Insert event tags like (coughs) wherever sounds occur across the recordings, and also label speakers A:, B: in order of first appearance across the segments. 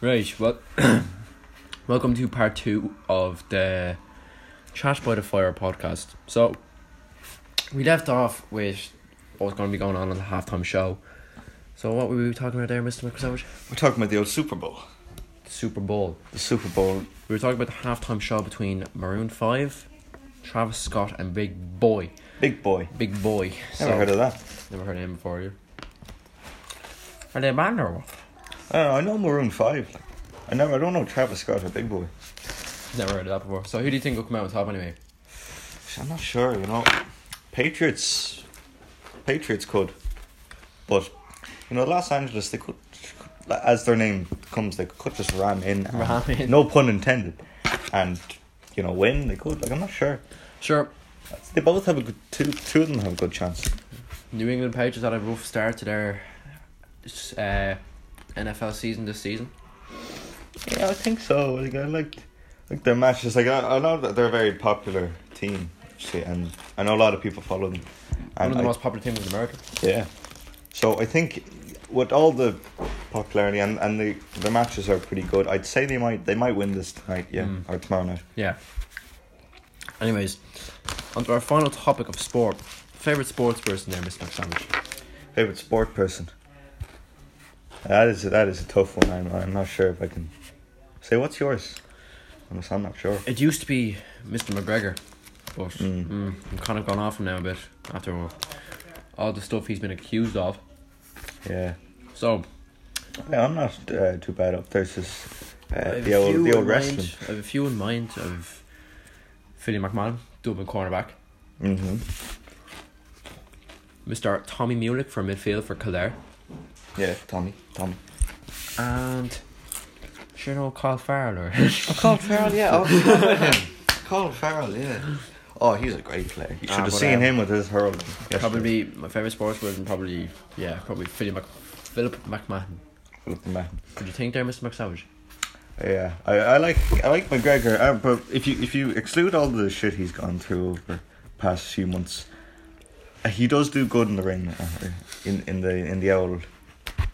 A: Right, well, (coughs) welcome to part two of the Chat by the Fire podcast. So, we left off with what was going to be going on on the halftime show. So, what were we talking about there, Mr. McRavage?
B: We're talking about the old Super Bowl.
A: Super Bowl.
B: The Super Bowl.
A: We were talking about the halftime show between Maroon 5, Travis Scott, and Big Boy.
B: Big boy.
A: Big Boy.
B: Never heard of that.
A: Never heard of him before, you. Are they a band or what?
B: I don't know. I know Maroon Five. Like, I never. I don't know Travis Scott or Big Boy.
A: Never heard of that before. So, who do you think will come out on top anyway?
B: I'm not sure. You know, Patriots. Patriots could, but you know, Los Angeles. They could, as their name comes, they could just ram in. and-
A: Ram in.
B: No pun intended. And you know, win. They could. Like I'm not sure.
A: Sure,
B: They both have a good. Two, two of them have a good chance.
A: New England Patriots had a rough start to their uh, NFL season this season.
B: Yeah, I think so. Like I liked, like their matches. Like I, I know that they're a very popular team, see, and I know a lot of people follow them.
A: One
B: And
A: of the
B: I-
A: most popular teams in America.
B: yeah, so I think with all the popularity and and the the matches are pretty good. I'd say they might they might win this tonight, yeah,
A: Mm.
B: or tomorrow night.
A: Yeah. Anyways, onto our final topic of sport. Favorite sports person there, Mr. McSandwich.
B: Favorite sport person. That is that is a tough one. I'm I'm not sure if I can say what's yours. I'm just- I'm not sure.
A: It used to be Mr. McGregor, but mm, I'm kind of gone off him now a bit after all, all the stuff he's been accused of.
B: Yeah.
A: So
B: Yeah, I'm not uh, too bad up. There's this
A: I
B: uh,
A: have
B: the
A: a
B: old
A: few
B: the
A: in
B: old wrestling.
A: Mind, I have a few in mind of Philly McMahon, Dublin cornerback.
B: Mm-hmm.
A: Mr. Tommy Mulick for midfield for Kildare.
B: Yeah, Tommy, Tommy.
A: And sure know Carl Farrell or (laughs)
B: Carl Farrell, yeah. Oh, (laughs) Carl Farrell, yeah. Oh, he's a great player. You should
A: Ah,
B: have
A: but,
B: seen
A: um,
B: him with his hurl. yesterday.
A: probably my favourite sportsman probably yeah, probably Philip Mac Philip McMahon.
B: Look at the man.
A: What do you think there, Mr. McSavage?
B: Yeah, I, I like I like McGregor, uh, but if you if you exclude all the shit he's gone through over the past few months, uh, he does do good in the ring, uh, in in the in the old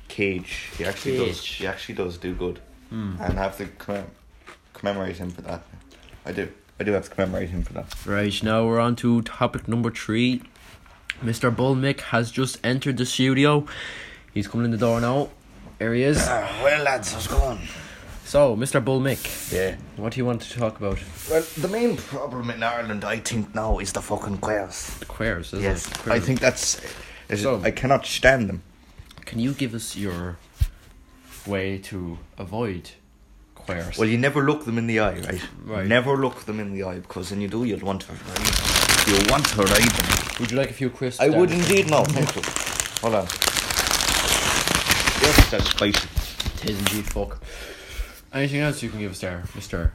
B: cage. Hmm. He actually does.
A: Cage.
B: He actually does do good, and I have to commem- commemorate him for that. I do. I do have to commemorate him for that.
A: Right, now we're on to topic number three. Mr. Bull Mick has just entered the studio. He's coming in the door now. There he is.
B: Ah, well, lads, how's it going?
A: So, Mr. Bull Mick,
B: Yeah.
A: what do you want to talk about?
B: Well, the main problem in Ireland, I think, now is the fucking queers.
A: Queers, isn't
B: Yes,
A: it?
B: I
A: Queers.
B: think that's. is it-
A: So-
B: I cannot stand them.
A: Can you give us your way to avoid queers?
B: Well, you never look them in the eye, right?
A: Right.
B: Never look them in the eye because when you do, you'll want to ride them. You'll want to ride them.
A: Would you like a few crisps?
B: I
A: Dan?
B: would indeed now. Thank you. Hold on. Yes, that's spicy.
A: Tis indeed fuck. Anything else you can give us there, Mister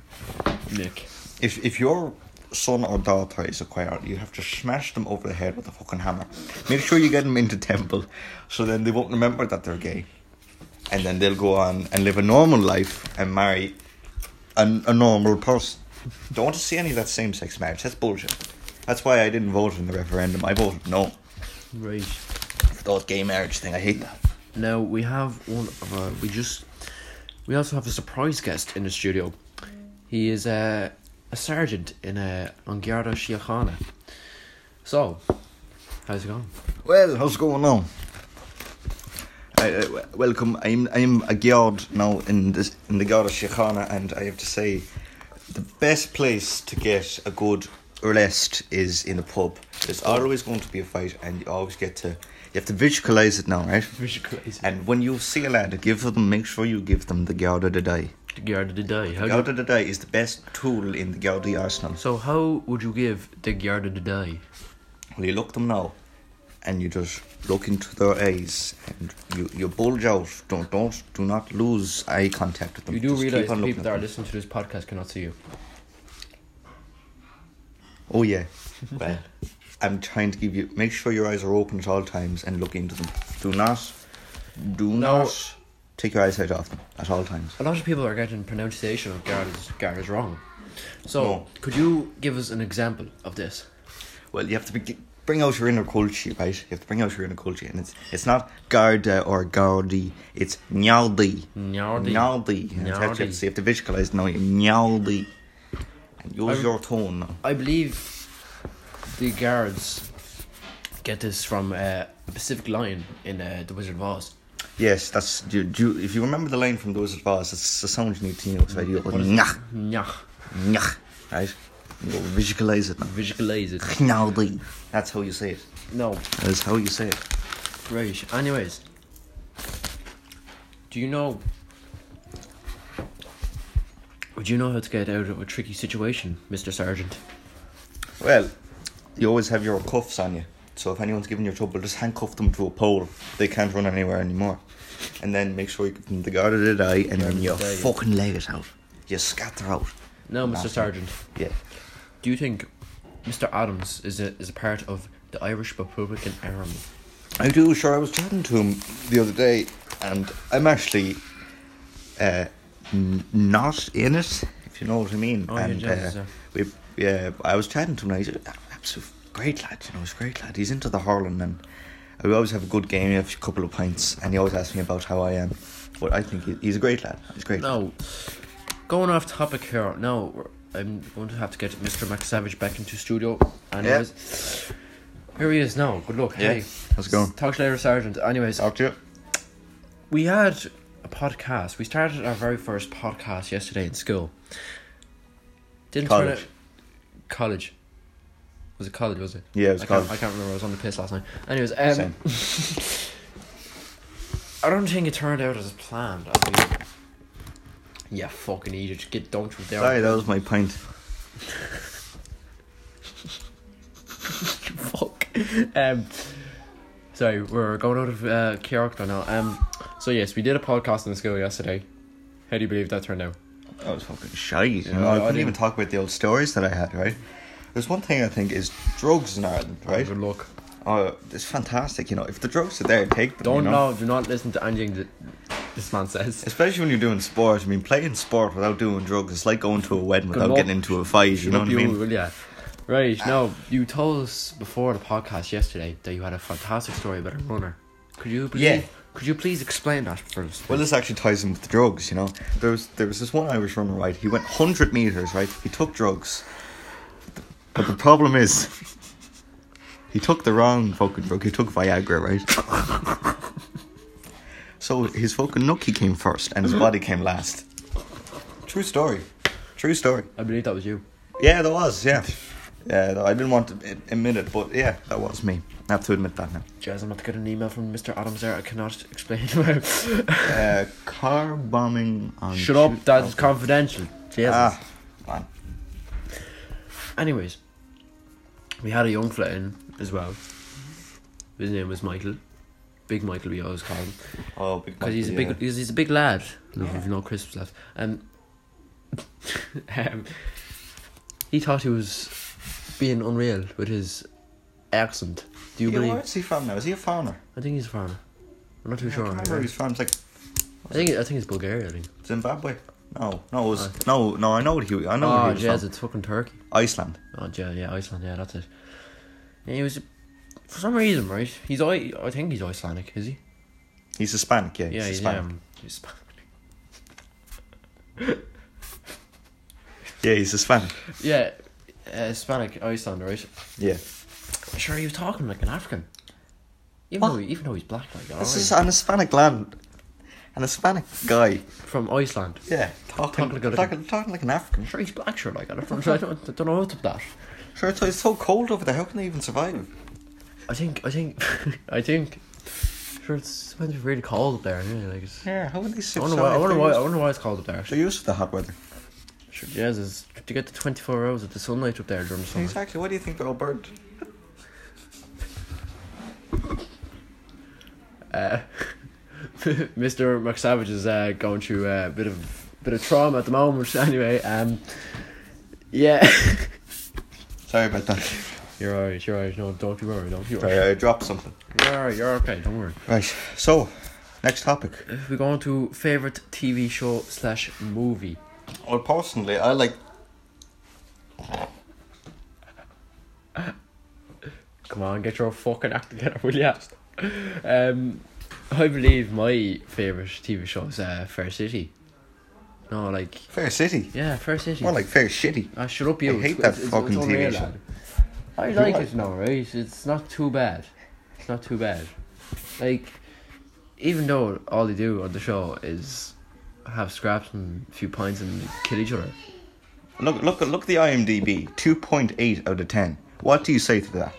A: Nick?
B: If if your son or daughter is a choir, you have to smash them over the head with a fucking hammer. Make sure you get them into temple, so then they won't remember that they're gay, and then they'll go on and live a normal life and marry an, a normal person. Don't want to see any of that same sex marriage. That's bullshit. That's why I didn't vote in the referendum. I voted no
A: Right.
B: for those gay marriage thing. I hate that.
A: Now we have one of our. We just. We also have a surprise guest in the studio. He is a, a sergeant in a Angiardo Síochána. So, how's it going?
B: Well, how's it going on? I, I- w- welcome. I'm I'm a guard now in this in the guard of Sheikhana, and I have to say, the best place to get a good rest is in a pub. There's always going to be a fight, and you always get to. You have to visualize it now, right?
A: Visualize it.
B: And when you see a lad, give them. Make sure you give them the Garda de Day.
A: The Garda de Day. How do you,
B: Garda de Day is the best tool in the Garda arsenal.
A: so, how would you give the Garda de Day?
B: Well, you look them now, and you just look into their eyes, and you, you bulge out. Don't don't do not lose eye contact with them.
A: You do
B: Just
A: realize
B: keep on
A: the
B: looking
A: people
B: at
A: that are
B: them.
A: listening to this podcast cannot see you.
B: Oh yeah. (laughs) Well, I'm trying to give you. Make sure your eyes are open at all times and look into them. Do not, do
A: No.
B: not take your eyesight off them at all times.
A: A lot of people are getting pronunciation of Garda's, Garda's wrong. So,
B: No.
A: could you give us an example of this?
B: Well, you have to be. bring out your inner culture, right? You have to bring out your inner culture, and it's it's not Garda or Gaudi, it's Naldi.
A: Hmm. Naldi.
B: Naldi. And it's how you have to-
A: Naldi.
B: so you have to visualize now, Naldi. And use your tone now.
A: I believe the guards get this from uh, a Pacific Lion in uh, The Wizard of Oz.
B: Yes, that's. Do, do, you- if you remember the line from The Wizard of Oz, it's the sound you need to know, so you go, nyah,
A: Nyah.
B: nyah, right? You go visualize it now.
A: Visualize it.
B: Naldi. That's how you say it.
A: No.
B: That's how you say it.
A: Right. Anyways. Do you know. Would you know how to get out of a tricky situation, Mr. Sergeant?
B: Well, you always have your cuffs on you. So if anyone's giving you trouble, just handcuff them to a pole. They can't run anywhere anymore. And then make sure you give them the guard of the eye and then you
A: Guard of the eye.
B: fucking leg it out. You scatter out.
A: No, Mr.
B: Bastard.
A: Sergeant.
B: Yeah.
A: Do you think Mr. Adams is a, is a part of the Irish Republican Army?
B: I do, sure. I was chatting to him the other day and I'm actually uh, n- not in it, if you know what I mean.
A: Oh, you're
B: and
A: jealous,
B: uh,
A: yeah.
B: we, yeah, I was chatting to him and he's an absolute great lad, you know, he's a great lad. He's into the hurling and we always have a good game, we have a couple of pints, and he always asks me about how I am. But I think he, he's a great lad. He's a great.
A: No. Going off topic here. No, we're- I'm going to have to get Mr. Max Savage back into studio. Anyways, here he is now. Good luck.
B: Yeah.
A: Hey,
B: How's it going?
A: Talk to you later, Sergeant. Anyways,
B: Talk to you.
A: we had a podcast. We started our very first podcast yesterday in school. Didn't turn
B: College.
A: it. College. Was it college? Was it?
B: Yeah, it was
A: I
B: college.
A: Can't, I can't remember. I was on the piss last night. Anyways, um,
B: Same.
A: (laughs) I don't think it turned out as planned. I mean, yeah, fucking idiot. Get dumped with there.
B: Sorry, that was my pint.
A: (laughs) Fuck. Um, sorry, we're going out of uh, character now. Um, so yes, we did a podcast in the school yesterday. How do you believe that turned out?
B: I was fucking shy. You
A: I-
B: know,
A: I
B: I couldn't
A: didn't-
B: even talk about the old stories that I had. Right. There's one thing I think is drugs in Ireland. Right.
A: Good luck.
B: Oh, it's fantastic. You know, if the drugs are there, take them.
A: Don't
B: you know?
A: know. Do not listen to anything that this man says.
B: Especially when you're doing sport. I mean, playing sport without doing drugs is like going to a wedding without
A: luck.
B: getting into a fight. You know what I
A: You
B: mean?
A: will, yeah. Right now, you told us before the podcast yesterday that you had a fantastic story about a runner. Could you please?
B: Yeah.
A: Could you please explain that for us?
B: Well, this actually ties in with the drugs. You know, there was there was this one Irish runner. Right, he went hundred meters. Right, he took drugs. But the problem is, he took the wrong fucking drug. He took Viagra. Right. (laughs) so his fucking nookie came first, and his body came last. True story. True story.
A: I believe that was you.
B: Yeah, there was. Yeah. Yeah, though I didn't want to ad- admit it, but yeah, that was me. I have to admit that now.
A: Jazz, I'm about to get an email from Mr. Adams there. I cannot explain. (laughs) Shut
B: Uh, car bombing on. oh.
A: up. That's (laughs) confidential. Jesus.
B: Ah, man.
A: Anyways, we had a young fella in as well. His name was Michael, Big Michael we always call him
B: Oh, big
A: because he's a big he's, he's a big lad. No, we've no crisps left. Um, (laughs) um, he thought he was being unreal with his accent. Do you
B: Yeah,
A: believe?
B: where is he from now? Is he a foreigner?
A: I think he's a farmer. I'm not too
B: I
A: sure.
B: can't remember where
A: I
B: he's from. It's like
A: think I think it's Bulgaria. I think.
B: Zimbabwe. No, no, it was, no, no. I know what he. I know
A: Oh,
B: where he was
A: jazz!
B: from.
A: It's fucking Turkey.
B: Iceland.
A: Oh, yeah, yeah, Iceland, yeah, that's it. Yeah, he was, for some reason, right? He's I, I think he's Icelandic, is he?
B: He's Hispanic. Yeah,
A: Yeah, he's,
B: he's Hispanic.
A: um, he's Hispanic.
B: Yeah, he's Hispanic.
A: (laughs) Yeah, uh, Hispanic Iceland, right?
B: Yeah.
A: Sure, he was talking like an African. Even
B: What?
A: though, even though he's black, like alright.
B: This is an Hispanic lad, an Hispanic guy.
A: from Iceland.
B: Yeah, talking,
A: Talking like
B: talking,
A: a-
B: talking, like an African.
A: Sure, he's black, sure, like I don't, (laughs) I don't, I don't know what's up that.
B: Sure, it's, it's so cold over there. How can they even survive?
A: I think, I think, (laughs) I think. Sure, it's it's really cold up there. Anyway, like it's,
B: Yeah, how would they
A: I
B: survive?
A: wonder why. I wonder why. I
B: They're used-
A: wonder why it's cold up there.
B: They're used to the hot weather.
A: Sure, yes, it's, to get the twenty four hours of the sunlight up there during the summer.
B: Exactly. What do you think they're all burned?
A: uh, (laughs) Mr. Uh, McSavage is uh, going through a bit of bit of trauma at the moment. (laughs) Anyway, um, yeah, (laughs)
B: Sorry about that.
A: you're alright. You're alright. No, don't you worry. Don't you worry.
B: Sorry, I dropped something.
A: You're alright. You're okay. Don't worry.
B: Right. So, next topic.
A: If we go on to favorite TV show slash movie,
B: Well, personally, I like.
A: Come on, get your fucking act together, will ya? Um, I believe my favourite TV show is uh, Fair City. No, like,
B: Fair City.
A: yeah, Fair City.
B: More like Fair Shitty.
A: Ah, shut up, you.
B: I hate
A: It's-
B: that
A: it's- it's
B: fucking TV
A: unreal,
B: show.
A: lad. I
B: You
A: like
B: like-
A: it now, right? It's not too bad. It's not too bad. Like, even though all they do on the show is have scraps and a few pints and kill each other.
B: Look, look, look at the IMDb. 2.8 out of 10. What do you say to that?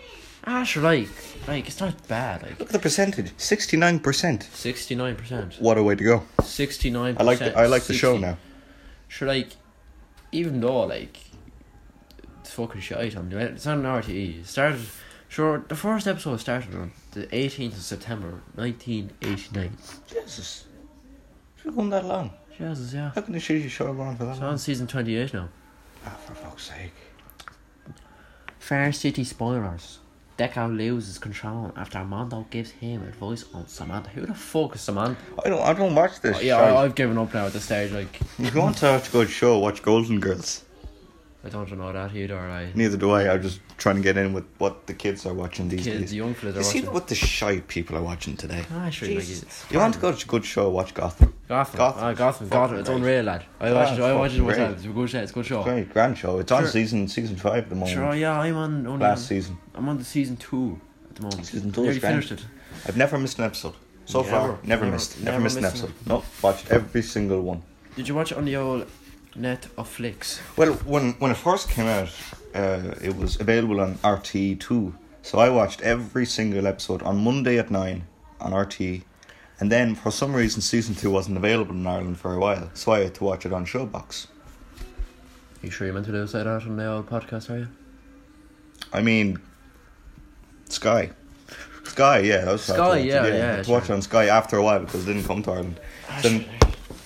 A: Ah, sure, like, like it's not bad. Like
B: Look at the percentage. 69%.
A: sixty nine percent,
B: What a way to go.
A: sixty nine.
B: I like the, I like the show now.
A: Sure, like, even though like, it's fucking shit on the- It's on RTE. E. It started. Sure, the first episode started on the eighteenth of September, nineteen eighty nine.
B: Jesus. Should have gone that long.
A: Jesus, yeah.
B: How can you shoot your show going for that
A: It's on season twenty eight now.
B: Ah, for fuck's sake.
A: Fair City spoilers. Deco loses control after Armando gives him advice on Samantha. Who the fuck is Samantha? Oh,
B: I don't, I don't watch this
A: yeah,
B: show.
A: I, I've given up now at this stage. Like,
B: If you want to watch a good show, watch Golden Girls.
A: I don't know that either. I
B: Neither do I. I'm just trying to get in with what the kids are watching these
A: kids,
B: days.
A: young fellas are
B: you see
A: watching.
B: what the shy people are watching today?
A: Ah, sure, like,
B: Jesus.
A: it's
B: you want to go to a good show, watch Gotham.
A: Gotham.
B: Gotham.
A: Ah, Gotham.
B: Fucking
A: Gotham. It's
B: great.
A: unreal, lad. I
B: Ah,
A: watched it. I
B: it's
A: watched it
B: fucking
A: myself.
B: great.
A: It's a good show. It's a good show.
B: Great, grand show. It's on
A: Sure.
B: season season five at the moment.
A: Sure, yeah, I'm on. Only
B: Last
A: on-
B: season.
A: I'm on the season two at the moment.
B: Season
A: I
B: two is
A: already
B: grand.
A: finished it.
B: I've never missed an episode. So
A: Never.
B: far, never,
A: Never-
B: missed. Never,
A: never
B: missed an
A: missed an
B: episode. Nope, watched every single one.
A: Did you watch it on the old net of flicks?
B: Well, when when it first came out, uh, it was available on RT two. So I watched every single episode on Monday at nine on RT, and then for some reason season two wasn't available in Ireland for a while, so I had to watch it on Showbox.
A: You sure you meant to do say that on the old podcast, are you?
B: I mean, Sky. Sky, yeah, that was what
A: Sky,
B: I had to watch it,
A: yeah,
B: I
A: yeah,
B: had to
A: sure.
B: watch it on Sky after a while because it didn't come to Ireland.
A: Ah,
B: Then,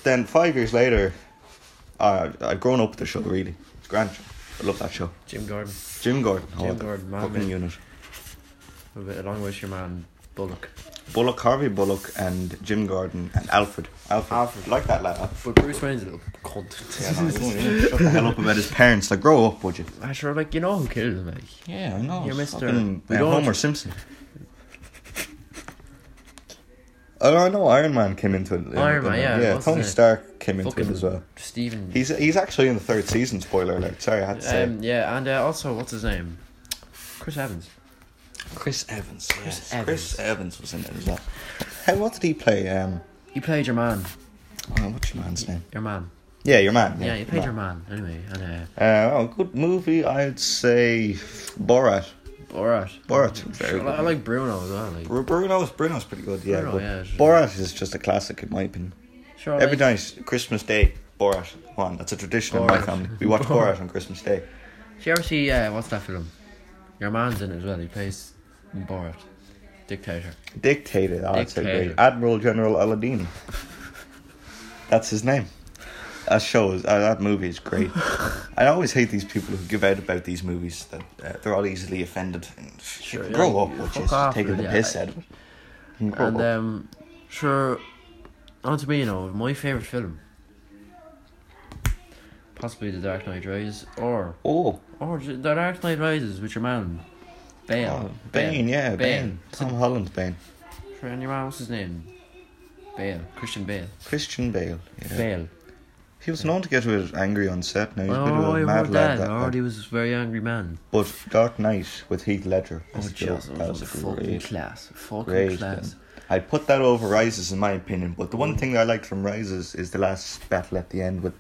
B: then five years later, uh, I'd grown up with the show really. It's grand. show. I love that show.
A: Jim Gordon.
B: Jim Gordon,
A: Jim
B: oh, the
A: Gordon, my
B: fucking
A: man.
B: unit.
A: A bit along with your man Bullock.
B: Bullock, Harvey Bullock, and Jim Gordon and Alfred. Alfred,
A: Alfred.
B: like that (laughs) lad.
A: But Bruce Wayne's a little cunt.
B: Yeah, no, you don't- you don't shut the hell up about his parents. Like, grow up, would you?
A: I sure like you know who killed him, like.
B: Yeah, I know.
A: You're Mr. We
B: uh,
A: don't-
B: Homer Simpson. Oh, I know Iron Man came into it. in-
A: Iron Man,
B: in-
A: yeah,
B: yeah.
A: wasn't
B: Tony
A: it?
B: Stark came into
A: Fucking
B: it as well.
A: Stephen.
B: He's he's actually in the third season. Spoiler alert. Sorry, I had to say.
A: um, yeah, and uh, also what's his name? Chris Evans.
B: Chris Evans. Chris
A: Evans.
B: Chris Evans was in it as well. Hey, what did he play? Um,
A: You played your man.
B: oh, what's your man's name?
A: Your man.
B: Yeah, your man.
A: Yeah, you played
B: man.
A: your man. Anyway, and
B: Uh, oh, good movie, I'd say Borat.
A: uh, Borat.
B: Borat's very
A: I, I
B: good.
A: like Bruno as well. Like
B: Br- Bruno's, Bruno's pretty good, yeah.
A: Bruno,
B: but
A: yeah, it's-
B: Borat is just a classic in my opinion.
A: sure,
B: Every
A: like,
B: night, Christmas Day, Borat. Come on, that's a tradition in my
A: Borat.
B: family. We watch
A: (laughs)
B: Borat on Christmas Day.
A: Did you ever see uh, what's that film? Your man's in it as well. He plays Borat, dictator.
B: Dictated, I'd say
A: Dictated.
B: great. Admiral
A: (laughs)
B: General Aladdin. that's his name. That show is, uh, that movie
A: (laughs)
B: is great. I always hate these people who give out about these movies that uh, they're all easily offended. And
A: Sure,
B: grow
A: yeah,
B: up, which
A: fuck
B: is
A: off,
B: taking the
A: yeah,
B: piss
A: I-
B: out of it. You can grow
A: And
B: up.
A: um, sure, on to me, you know, my favourite film. Possibly The Dark Knight Rises, or
B: Oh,
A: or The Dark Knight Rises with your man, Bale.
B: oh, Bane, yeah, Bane. Tom Holland's Bane.
A: Sure, and your man, what's his name? Bale, Christian Bale.
B: Christian Bale. Yeah.
A: Bale.
B: He was known to get a bit angry on set. Now he's a bit
A: Oh,
B: of
A: I
B: a mad
A: heard
B: lad.
A: that.
B: That
A: I heard
B: lad.
A: he was a very angry man.
B: But Dark Knight with Heath Ledger.
A: Oh,
B: is good.
A: Jesus,
B: that was a
A: fucking
B: great,
A: class. Fucking
B: great.
A: class.
B: I put that over Rises in my opinion. But the one thing I liked from Rises is the last battle at the end with,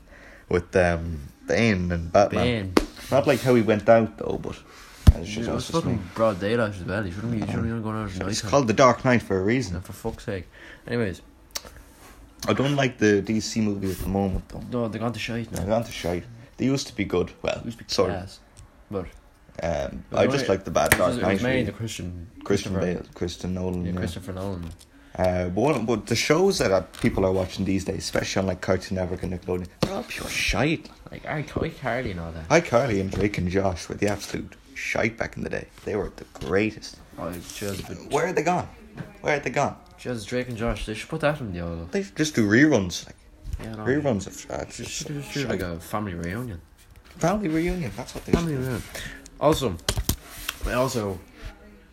B: with um, Bane and Batman.
A: Bane.
B: Not like how he went out though, but it's
A: It
B: just,
A: was
B: that's just me.
A: fucking broad daylight as well. He shouldn't be, he shouldn't be going out at night.
B: It's called the Dark Knight for a reason.
A: For fuck's sake. Anyways,
B: I don't like the DC movie at the moment though.
A: no, they got the shite now.
B: They're not the shite. They used to be good. Well,
A: Used to be
B: sort of.
A: class. But
B: Um,
A: But
B: I
A: the
B: just
A: way-
B: like the bad
A: it
B: Dark
A: was, it
B: Knight.
A: was mainly the
B: really.
A: Christian
B: Christian
A: Christopher-
B: Bale, Christian Nolan.
A: Yeah,
B: Yeah,
A: Christopher Nolan.
B: Uh, but, one- but the shows that uh, people are watching these days, especially on like Cartoon Network and Nickelodeon, they're all pure shite.
A: Like I Ike Harley and all that.
B: iCarly and Drake and Josh were the absolute shite back in the day. They were the greatest.
A: Oh, just,
B: Where are they gone? Where are they gone?
A: just Drake and Josh. They should put that in the old.
B: They should just do reruns, like
A: Yeah, no,
B: reruns of uh,
A: Just,
B: just
A: just, just do
B: shite.
A: like a family reunion.
B: family reunion. That's what they.
A: Family
B: Should.
A: reunion. Also, I also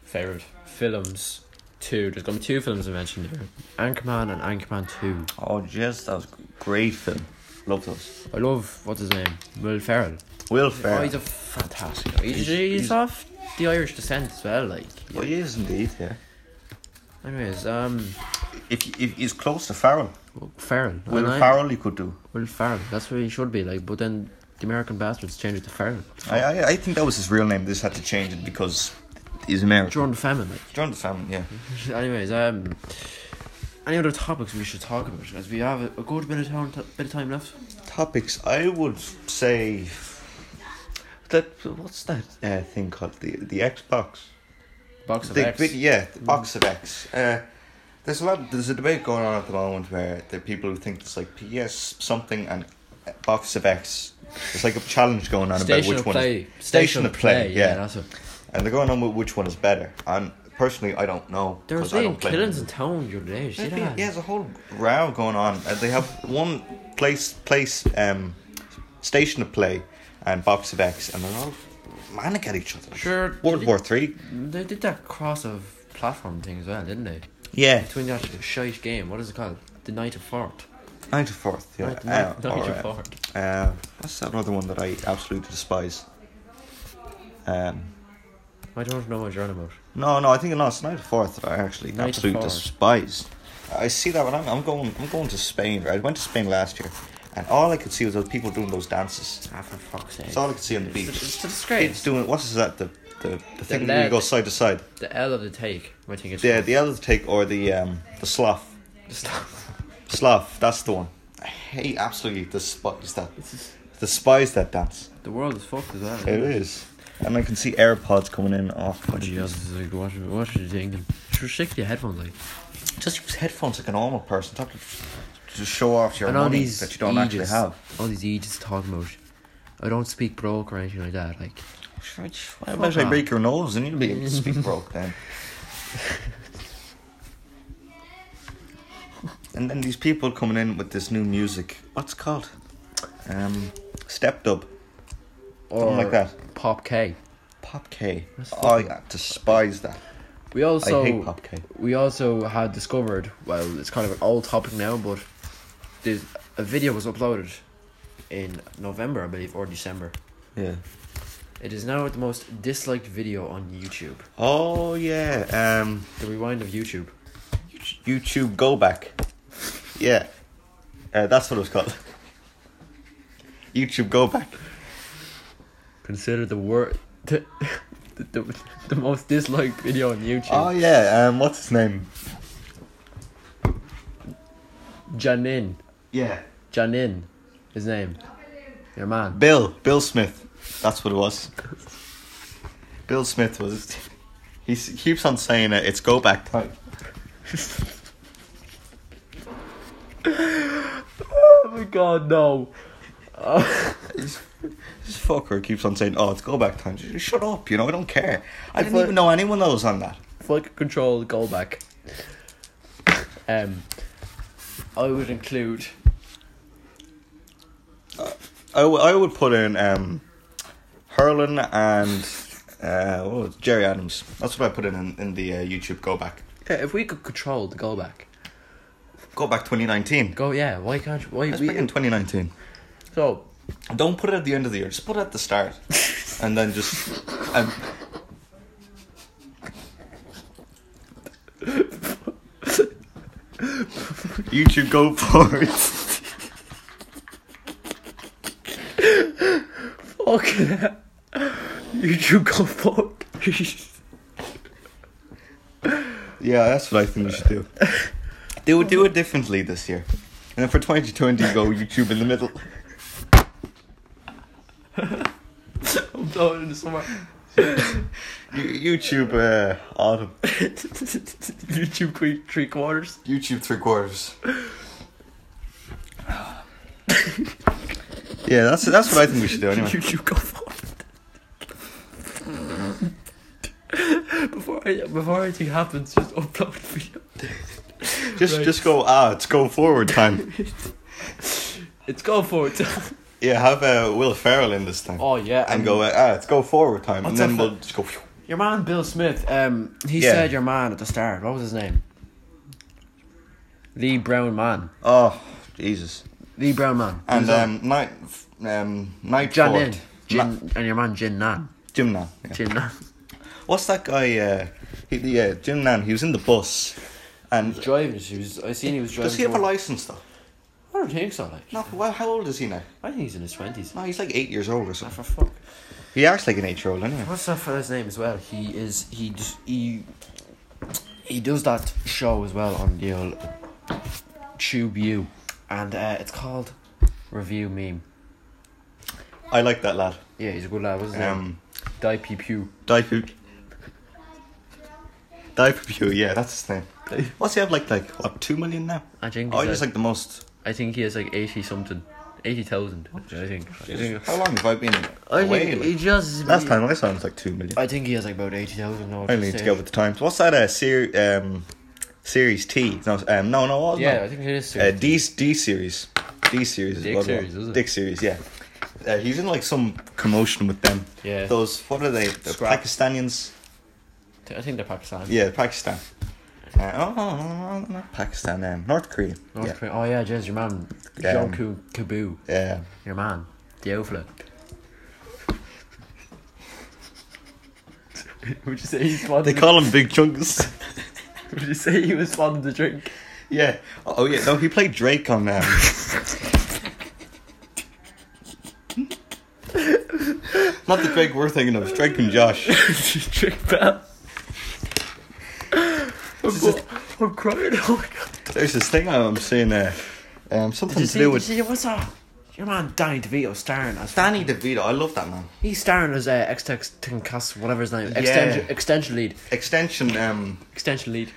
A: favorite films. Two. There's gonna be two films I mentioned here: Anchorman and Anchorman Two.
B: Oh, yes, that was a great film. Love those.
A: I love what's his name, Will Ferrell.
B: Will
A: Oh,
B: Ferrell.
A: he's a fantastic. He's, he's,
B: He's- he's-
A: of the Irish descent as well. Like,
B: well, Oh, he is indeed, yeah.
A: anyways, um,
B: If, if he's close to Farrell,
A: Ferrell.
B: Will
A: and I-
B: Farrell he could do.
A: Will Ferrell. That's what he should be like. But then the American bastards changed it to Ferrell
B: I, I I think that was his real name. They just had to change it because he's American.
A: during the famine. Like,
B: John Mm-hmm. the Famine,
A: (laughs)
B: yeah.
A: Anyways, um, any other topics we should talk about? Because we have a, a good bit of time, bit of time left.
B: Topics, I would say that what's that uh, thing called the the Xbox?
A: Box of
B: the,
A: X.
B: bit- yeah, the box of X. Uh, there's a lot. There's a debate going on at the moment where the people who think it's like PS something and uh, box of X. There's like a challenge going on
A: Station
B: about
A: of
B: which one.
A: play.
B: Is, station of play. yeah.
A: that's it.
B: and they're going on with which one is better. And personally, I don't know.
A: There was
B: 'cause I
A: playing
B: don't play
A: killings in town the other day. you See
B: There's been-
A: that?
B: Yeah, there's a whole row going on. Uh, they have (laughs) one place, place, um, station of play, and box of X, and they're all manic at each other.
A: Sure.
B: World War Three.
A: They did that cross of platform thing as well, didn't they?
B: Yeah.
A: Between that shite game, what is it called? The Night of Fort.
B: Nine to fourth. Yeah.
A: Right, nine-
B: Uh,
A: nine
B: or,
A: to
B: uh,
A: fourth.
B: uh, what's that other one that I absolutely despise? Um,
A: I don't know what you're on about.
B: no, no, I think no, it's nine to fourth that I actually
A: Nine to
B: absolutely
A: fourth.
B: despise. I see that when I'm, I'm going, I'm going to Spain. Right, I went to Spain last year, and all I could see was those people doing those dances.
A: Ah, for fuck's sake.
B: That's all I could see on the beach.
A: It's, it's a
B: It's
A: disgrace.
B: doing what is that? The the, the thing where
A: leg.
B: you go side to side.
A: The L of the take, I think it's.
B: Yeah, the other take or the um the sloth.
A: Stop.
B: Sloth, that's the one. I hate absolutely despise that. Despise that dance.
A: (laughs) The world is fucked as well.
B: It is. And I can see AirPods coming in. Oh,
A: Oh, Jesus, like, what, what are you thinking? Just shake your headphones, like.
B: Just use headphones like a normal person. Talk to, to show off your
A: and all
B: money
A: these
B: that you don't actually
A: ages-
B: have.
A: All these ages talking about. I don't speak broke or anything like that. Like,
B: Why about I
A: off.
B: break your nose and you'll be
A: (laughs)
B: able to speak broke then? and then these people coming in with this new music. What's it called? Um, Step Dub. Something like that.
A: Pop K.
B: Pop K.
A: That's
B: Oh,
A: fucking-
B: I despise that.
A: We also
B: I hate Pop K.
A: we also had discovered. Well, it's kind of an old topic now, but there's a video was uploaded in November, I believe, or December.
B: Yeah.
A: It is now the most disliked video on YouTube.
B: Oh, yeah. Um,
A: The rewind of YouTube.
B: YouTube Go Back. Yeah. Uh, that's what it was called. YouTube Go Back.
A: Considered the wor (laughs) The, the, the, the most disliked video on YouTube.
B: Oh, yeah. Um, what's his name?
A: Janin.
B: Yeah.
A: Janin. His name. Your man.
B: Bill, Bill Smith. That's what it was. Bill Smith was. He s- keeps on saying it. It's go back time.
A: Oh my god, no.
B: This fucker keeps on saying, "Oh, it's go back time." Just Shut up, you know. I don't care. I didn't
A: I-
B: even know anyone that was on that.
A: If I could control go back, um, I would include.
B: I, w- I would put in um, Hurling and uh, what was it? Jerry Adams. That's what I put in in, in the uh, YouTube go back.
A: Yeah, if we could control the go back,
B: Go back 2019.
A: go yeah. Why can't you- why
B: Let's
A: we?
B: pick in 2019.
A: So
B: Don't put it at the end of the year. Just put it at the start, and then just. Um, YouTube go for it.
A: fuck (laughs) yeah. YouTube go forward.
B: Yeah, that's what I think we should do. Do it, do it differently this year, and then for 2020, go YouTube in the middle.
A: (laughs) I'm blowing in the summer. (laughs)
B: You- YouTube uh, autumn.
A: YouTube three, three quarters.
B: YouTube three quarters. yeah, that's that's what I think we should do anyway.
A: (laughs) YouTube go forward. before I, before anything happens, just upload the video.
B: Just
A: Right.
B: just go ah, it's go forward time.
A: It's go forward. (laughs)
B: yeah, have uh, Will Ferrell in this time
A: oh yeah,
B: and go uh, ah, it's go forward time, and
A: What's
B: then
A: that
B: we'll just go. phew.
A: Your man Bill Smith. Um, he
B: Yeah.
A: said your man at the start. What was his name? Lee Brown man.
B: Oh, Jesus.
A: Lee Brown man. He
B: And
A: was on-
B: um, night, um, night
A: Jan
B: Ford.
A: Nin. Jin, and your man Jin Nan.
B: Jim Nan. yeah.
A: Jin Nan.
B: What's that guy? Uh, he, yeah, Jim Nan. He was in the bus, and
A: (laughs) driving. She was. I seen he was driving.
B: does he have a license though?
A: I don't think so. Like,
B: No. Well, how old is he now?
A: I think he's in his twenties.
B: No, Ah, he's like eight years old or something.
A: For fuck.
B: He acts like an eight-year-old anyway.
A: What's that fella's name as well? He is. He d- he. He does that show as well on the old Tube U, and uh, it's called Review Meme.
B: I like that lad.
A: Yeah, he's a good lad. What's his name?
B: Um,
A: Di Pew Pew.
B: Diaper. Diaper Pew. Yeah, that's his name. What's he have like? Like what? Two million now?
A: I think.
B: Oh,
A: he's
B: just
A: like,
B: like the most.
A: I think he has like eighty something, eighty thousand. I think. I think.
B: How long have I been
A: I
B: away?
A: think
B: like?
A: he just.
B: Last time I saw him was like two million.
A: I think he has like about eighty thousand.
B: I need to go with the times. What's that? Uh, ser- um, series T? No, um, no, no. What was it?
A: Yeah, I think it is.
B: Uh,
A: serious.
B: D D series, D series is
A: Dick
B: what
A: series, is it?
B: Dick series, yeah. Uh, he's in like some commotion with them.
A: Yeah.
B: Those what are they? The
A: Scrap.
B: Pakistanians.
A: I think they're Pakistan.
B: Yeah, Pakistan. Uh, oh, no, no, not Pakistan. Um, North Korea.
A: North
B: yeah.
A: Korea. Oh yeah, Jez, your man,
B: Yeah, um,
A: Jungkook Kaboo,
B: Yeah.
A: your man, the outfit. (laughs) Would you say he spawned?
B: They call him Big Chunks.
A: Would you say he was spawned the drink?
B: (laughs)
A: (laughs)
B: yeah. Oh yeah. No, he played Drake on. Um, (laughs) not the Drake we're thinking of. it's Drake and Josh.
A: drink bell. I'm,
B: just-
A: bo- I'm crying. (laughs) Oh my god.
B: There's this thing I'm seeing. Uh, um,
A: Did
B: something
A: you
B: to
A: see,
B: do
A: you
B: with
A: see what's up? Your man Danny DeVito starring as
B: Danny DeVito. I love that man.
A: he's starring as uh, X Tex Tincast, whatever his name. Extension extension lead.
B: Extension um
A: Extension lead.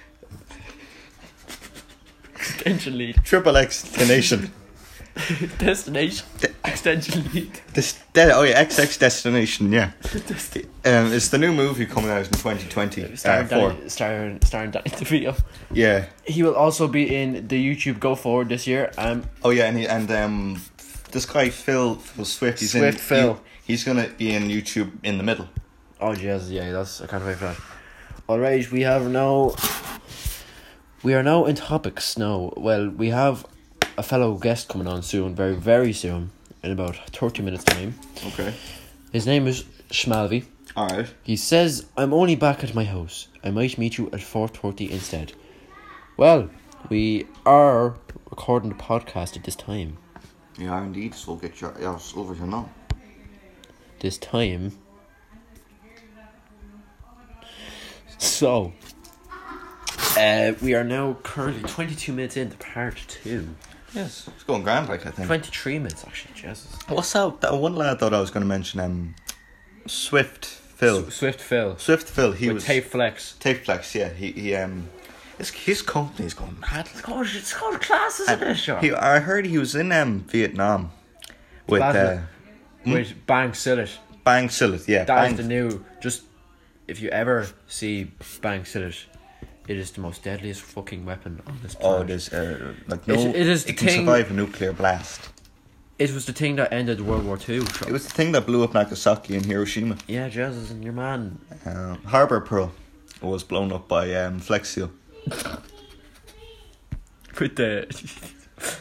A: Extension lead. (laughs)
B: triple X the nation.
A: Destination. Extension lead.
B: This de- oh yeah XX destination yeah. (laughs) Um, it's the new movie coming out in 2020. Uh,
A: Starring,
B: four.
A: Danny, starring, starring Danny (laughs) DeVito.
B: Yeah.
A: He will also be in the YouTube Go Forward this year. Um,
B: Oh yeah, and he, and um, this guy Phil Phil Swift. He's
A: Swift
B: in,
A: Phil.
B: he- he's gonna be in YouTube in the middle.
A: oh yes, yeah, that's I can't wait for that. All right, we have now. We are now in topics now. Well, we have a fellow guest coming on soon, very very soon, in about thirty minutes time.
B: Okay.
A: His name is Schmalvi.
B: All right.
A: He says, "I'm only back at my house. I might meet you at four thirty instead." Well, we are recording the podcast at this time.
B: Yeah, indeed. So get your ass over here now.
A: this time. So, uh, we are now currently 22 minutes into part two.
B: Yes, it's going grand like I think.
A: 23 minutes, actually, Jesus.
B: What's up? That one lad thought I was gonna mention um, Swift Phil.
A: Swift Phil.
B: Swift Phil. He
A: With
B: was
A: tape flex.
B: Tape Flex, yeah. He he um his his company's gone mad.
A: It's called, it's called class, isn't it, sure?
B: He, I heard he was in um Vietnam with uh,
A: Batman. With Bang Sillet.
B: Bang Sillet, yeah.
A: That is
B: Bang.
A: the new. Just, if you ever see Bang Sillet, it is the most deadliest fucking weapon on this planet.
B: Oh, it is uh, like no.
A: It's- it is the
B: It can
A: thing-
B: survive a nuclear blast.
A: It was the thing that ended World War Two. sure.
B: It was the thing that blew up Nagasaki and Hiroshima.
A: Yeah, Jesus, and your man
B: Um, Harbor Pearl was blown up by um, Flex Seal,
A: (laughs) with the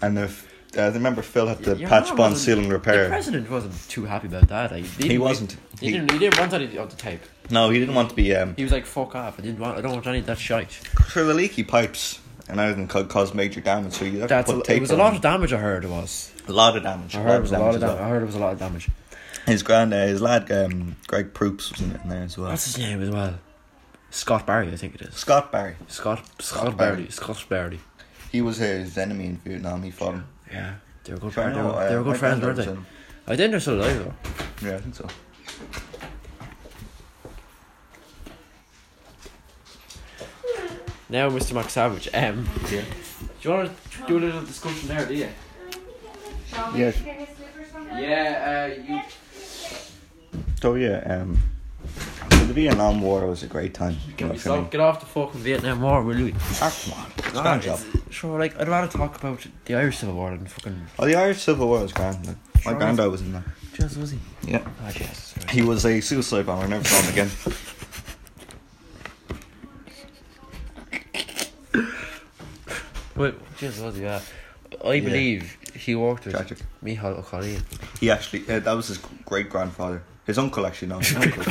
B: and if uh, I remember, Phil had to
A: Your
B: patch
A: man
B: bond
A: wasn't-
B: seal and
A: The
B: repair.
A: president wasn't too happy about that. Like, he, didn't-
B: wasn't.
A: He,
B: He-
A: didn't. He didn't want any of the tape.
B: No, he didn't want to be um,
A: He was like, "Fuck off! I didn't want. I don't want any of that shit."
B: for the leaky pipes, and I didn't cause major damage. So you have
A: That's
B: to
A: a,
B: put tape
A: it was a
B: around.
A: lot of damage. I heard it was.
B: A lot of damage.
A: I heard it was a lot of
B: as well.
A: damage. I heard it was a lot of damage.
B: His grand, uh, his lad, um, Greg Proops was in it in there as well.
A: What's his name as well? Scott Barry, I think it is.
B: Scott Barry.
A: Scott Scott
B: Barry.
A: Barry. Scott Barry.
B: He was his enemy in Vietnam. He fought him.
A: Yeah, they were good
B: Sure, I
A: friends. They
B: know,
A: were, they
B: uh,
A: were good
B: my
A: friends,
B: granddad
A: weren't
B: was
A: they?
B: in-
A: I think they're still alive though.
B: Yeah, I think so.
A: Now, Mr. Max Savage. Um,
B: Yeah.
A: do you want to do a little discussion there? Do you?
B: Yes.
A: Yeah. Uh, you.
B: So yeah, um, so the Vietnam War was a great time.
A: Can
B: you know
A: we
B: what I mean?
A: stop? Get off the fucking Vietnam War, will we?
B: Ah, come on, it's a
A: Ah,
B: grand job.
A: it's- Sure, like I'd rather talk about the Irish Civil War than fucking.
B: Oh, the Irish Civil War was grand. Like, My granddad was in that.
A: Jess, was he?
B: Yeah.
A: Ah, Jess.
B: He was a suicide bomber, never saw him again.
A: Wait, Jess, was he? Yeah. I believe he worked with
B: (laughs) Tragic.
A: Michal O'Connell.
B: He actually, uh, that was his great grandfather. His uncle, actually, no. His, uncle.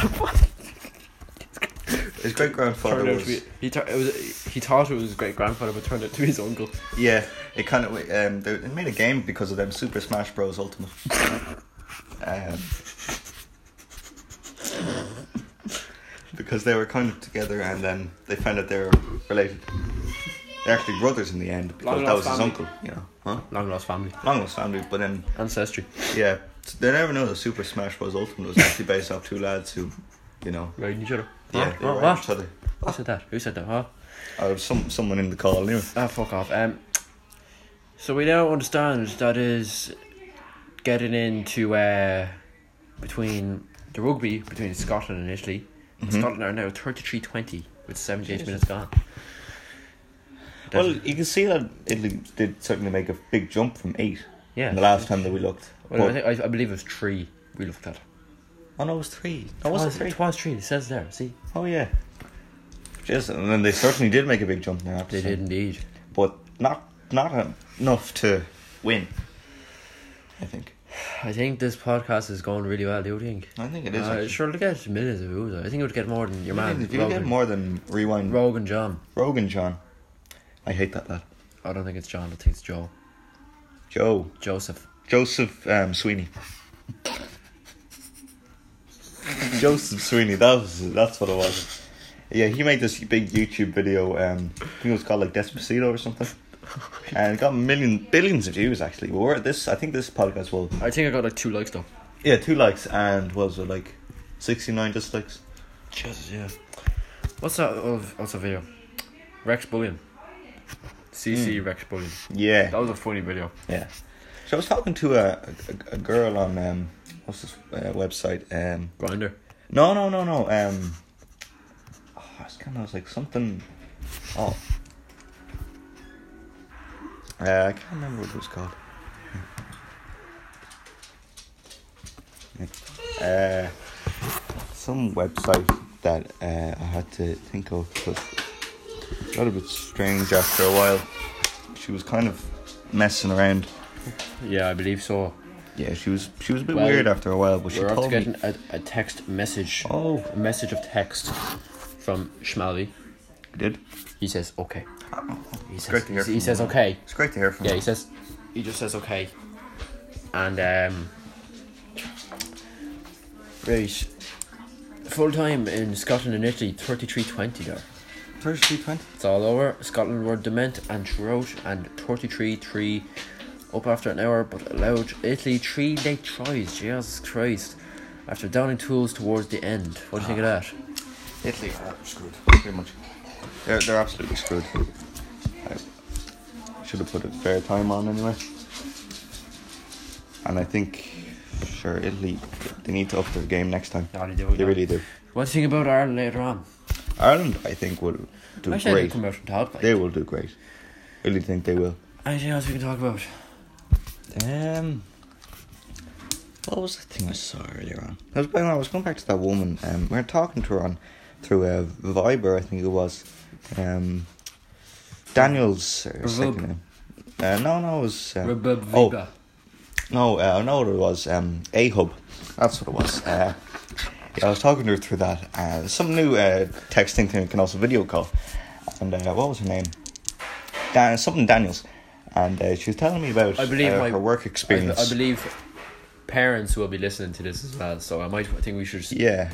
B: his great grandfather
A: Turned out to
B: was.
A: be, he, tur- it was, he thought it was his great grandfather, but turned out to be his uncle.
B: Yeah, it kind of. Um, they it made a game because of them Super Smash Bros. Ultimate. (laughs) um, because they were kind of together and then they found out they were related. They're actually brothers in the end because
A: Long
B: that was
A: lost
B: his
A: family.
B: uncle, you know. Huh?
A: Long lost family.
B: Long lost family, but then
A: Ancestry.
B: Yeah, they never know that Super Smash Bros. Ultimate was actually based off two lads who, you know,
A: Riding each other.
B: yeah,
A: Huh?
B: they were
A: What?
B: each other.
A: Who said that? Who said that? Huh?
B: Oh, some someone in the call anyway.
A: Ah, fuck off. Um, so we now understand that is getting into uh, between the rugby between Scotland and Italy.
B: Mm-hmm.
A: Scotland are now 33-20 with 78 minutes gone.
B: Well, you can see that Italy did certainly make a big jump from eight.
A: Yeah.
B: The last time that we looked.
A: Well, I,
B: But-
A: think, I, I believe it was three we looked at.
B: oh no, it was three. No, was it three?
A: It was three. It says there. See,
B: Oh yeah. Yes, and then they certainly did make a big jump. Now, I have to
A: they
B: say.
A: did indeed.
B: but not not enough to win. I think.
A: I think this podcast is going really well. Do you think?
B: I think it is.
A: Uh,
B: actually.
A: sure, it'll get millions of views. I think it would get more than your
B: I
A: man.
B: think if you get
A: Rogan-
B: more than rewind
A: Rogan John.
B: Rogan John. I hate that lad.
A: I don't think it's John. I think it's Joe.
B: Joe.
A: Joseph.
B: Joseph um, Sweeney. Joseph Sweeney, that was that's what it was. Yeah, he made this big YouTube video. Um, I think it was called like Despacito or something, and it got million billions of views actually. But we're at this. I think this podcast will
A: I think I got like two likes though.
B: yeah two likes and what was it like sixty nine dislikes.
A: Jesus, yeah. What's that? Of, what's that video? Rex Bullion. CC Rex Bullion.
B: Yeah,
A: That was a funny video.
B: Yeah. So I was talking to a a, a girl on um what's this uh, website um
A: Grinder.
B: no no no no um oh, I was kind of was like something oh uh, I can't remember what it was called. Uh, some website that uh, I had to think of because it got a bit strange after a while. She was kind of messing around.
A: Yeah, I believe so.
B: Yeah, she was she was a bit
A: Well,
B: weird after a while, but she
A: We're up to
B: told me.
A: getting a, a text message.
B: Oh.
A: A message of text from Schmally.
B: I did.
A: He says, okay. He says,
B: great to hear
A: he, he
B: from
A: says, okay.
B: It's great to hear from.
A: Yeah,
B: her.
A: he says, he just says, okay. And, um, right. Full time in Scotland and Italy, 33 20 there.
B: Thursday, 20.
A: It's all over. Scotland were dement and throughout and 33-3 up after an hour, but allowed Italy three late tries. Jesus Christ. After downing tools towards the end. What do you think of
B: Ah.
A: that?
B: Italy are screwed. Pretty much. They're they're absolutely screwed. I should have put a fair time on anyway. And I think, sure, Italy, they need to up their game next time.
A: No, they do, yeah.
B: really do.
A: What do you think about Ireland later on?
B: Ireland, I think, will
A: Actually,
B: do
A: I did
B: great.
A: come out from top. Like,
B: They will do great. Really think they will.
A: Anything else we can talk about?
B: Um, what was the thing I saw earlier on? I was, I was going back to that woman. Um, we were talking to her on through uh, Viber, I think it was. Um, Daniel's uh,
A: Revub.
B: second name. Uh, no, no, it was. Uh,
A: Rebubiba.
B: oh, no, uh, I know what it was. Um, A Hub. That's what it was. Uh, yeah, I was talking to her through that. Uh, some new uh, texting thing you can also video call. And uh, what was her name? Dan- something Daniels. And uh, she was telling me about
A: I believe
B: uh,
A: my
B: her work experience.
A: I, I believe parents will be listening to this as well, so I might I think we should just
B: Yeah.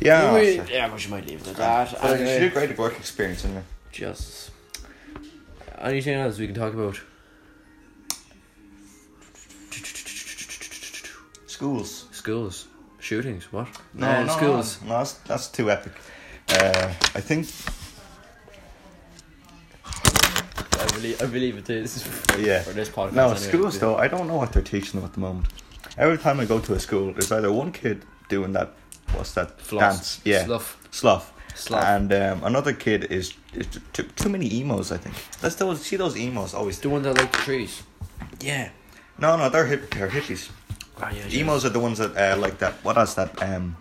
B: Yeah.
A: we,
B: sure.
A: yeah, we should might leave it at that.
B: But, uh, she
A: anyway.
B: did great at work experience, didn't she?
A: Just anything else we can talk about?
B: Schools.
A: Schools, shootings, what?
B: No,
A: Uh,
B: no, no,
A: schools.
B: No, that's, that's too epic. Uh, I think,
A: I believe, I believe it is. (laughs)
B: yeah.
A: For this podcast.
B: No,
A: anyway.
B: schools, though, I don't know what they're teaching them at the moment. Every time I go to a school, there's either one kid doing that, what's that?
A: Floss.
B: Dance. Yeah.
A: Slough.
B: Slough.
A: Slough.
B: And um, another kid is, is t- too, too many emos, I think. That's those, see those emos always.
A: The ones that like the trees.
B: Yeah. No, no, they're, hip, they're hippies.
A: Ah, yeah, yeah.
B: Emos are the ones that uh, like that. What is that? Um,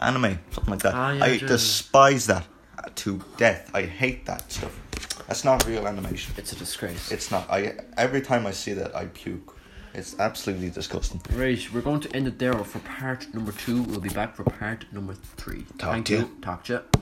B: anime, something like that.
A: Ah, yeah,
B: I
A: yeah.
B: despise that uh, to death. I hate that stuff. That's not real animation.
A: It's a disgrace.
B: It's not. I every time I see that, I puke. It's absolutely disgusting.
A: Right, we're going to end it there for part number two. We'll be back for part number three.
B: Talk
A: Thank
B: to
A: you.
B: you.
A: Talk to you.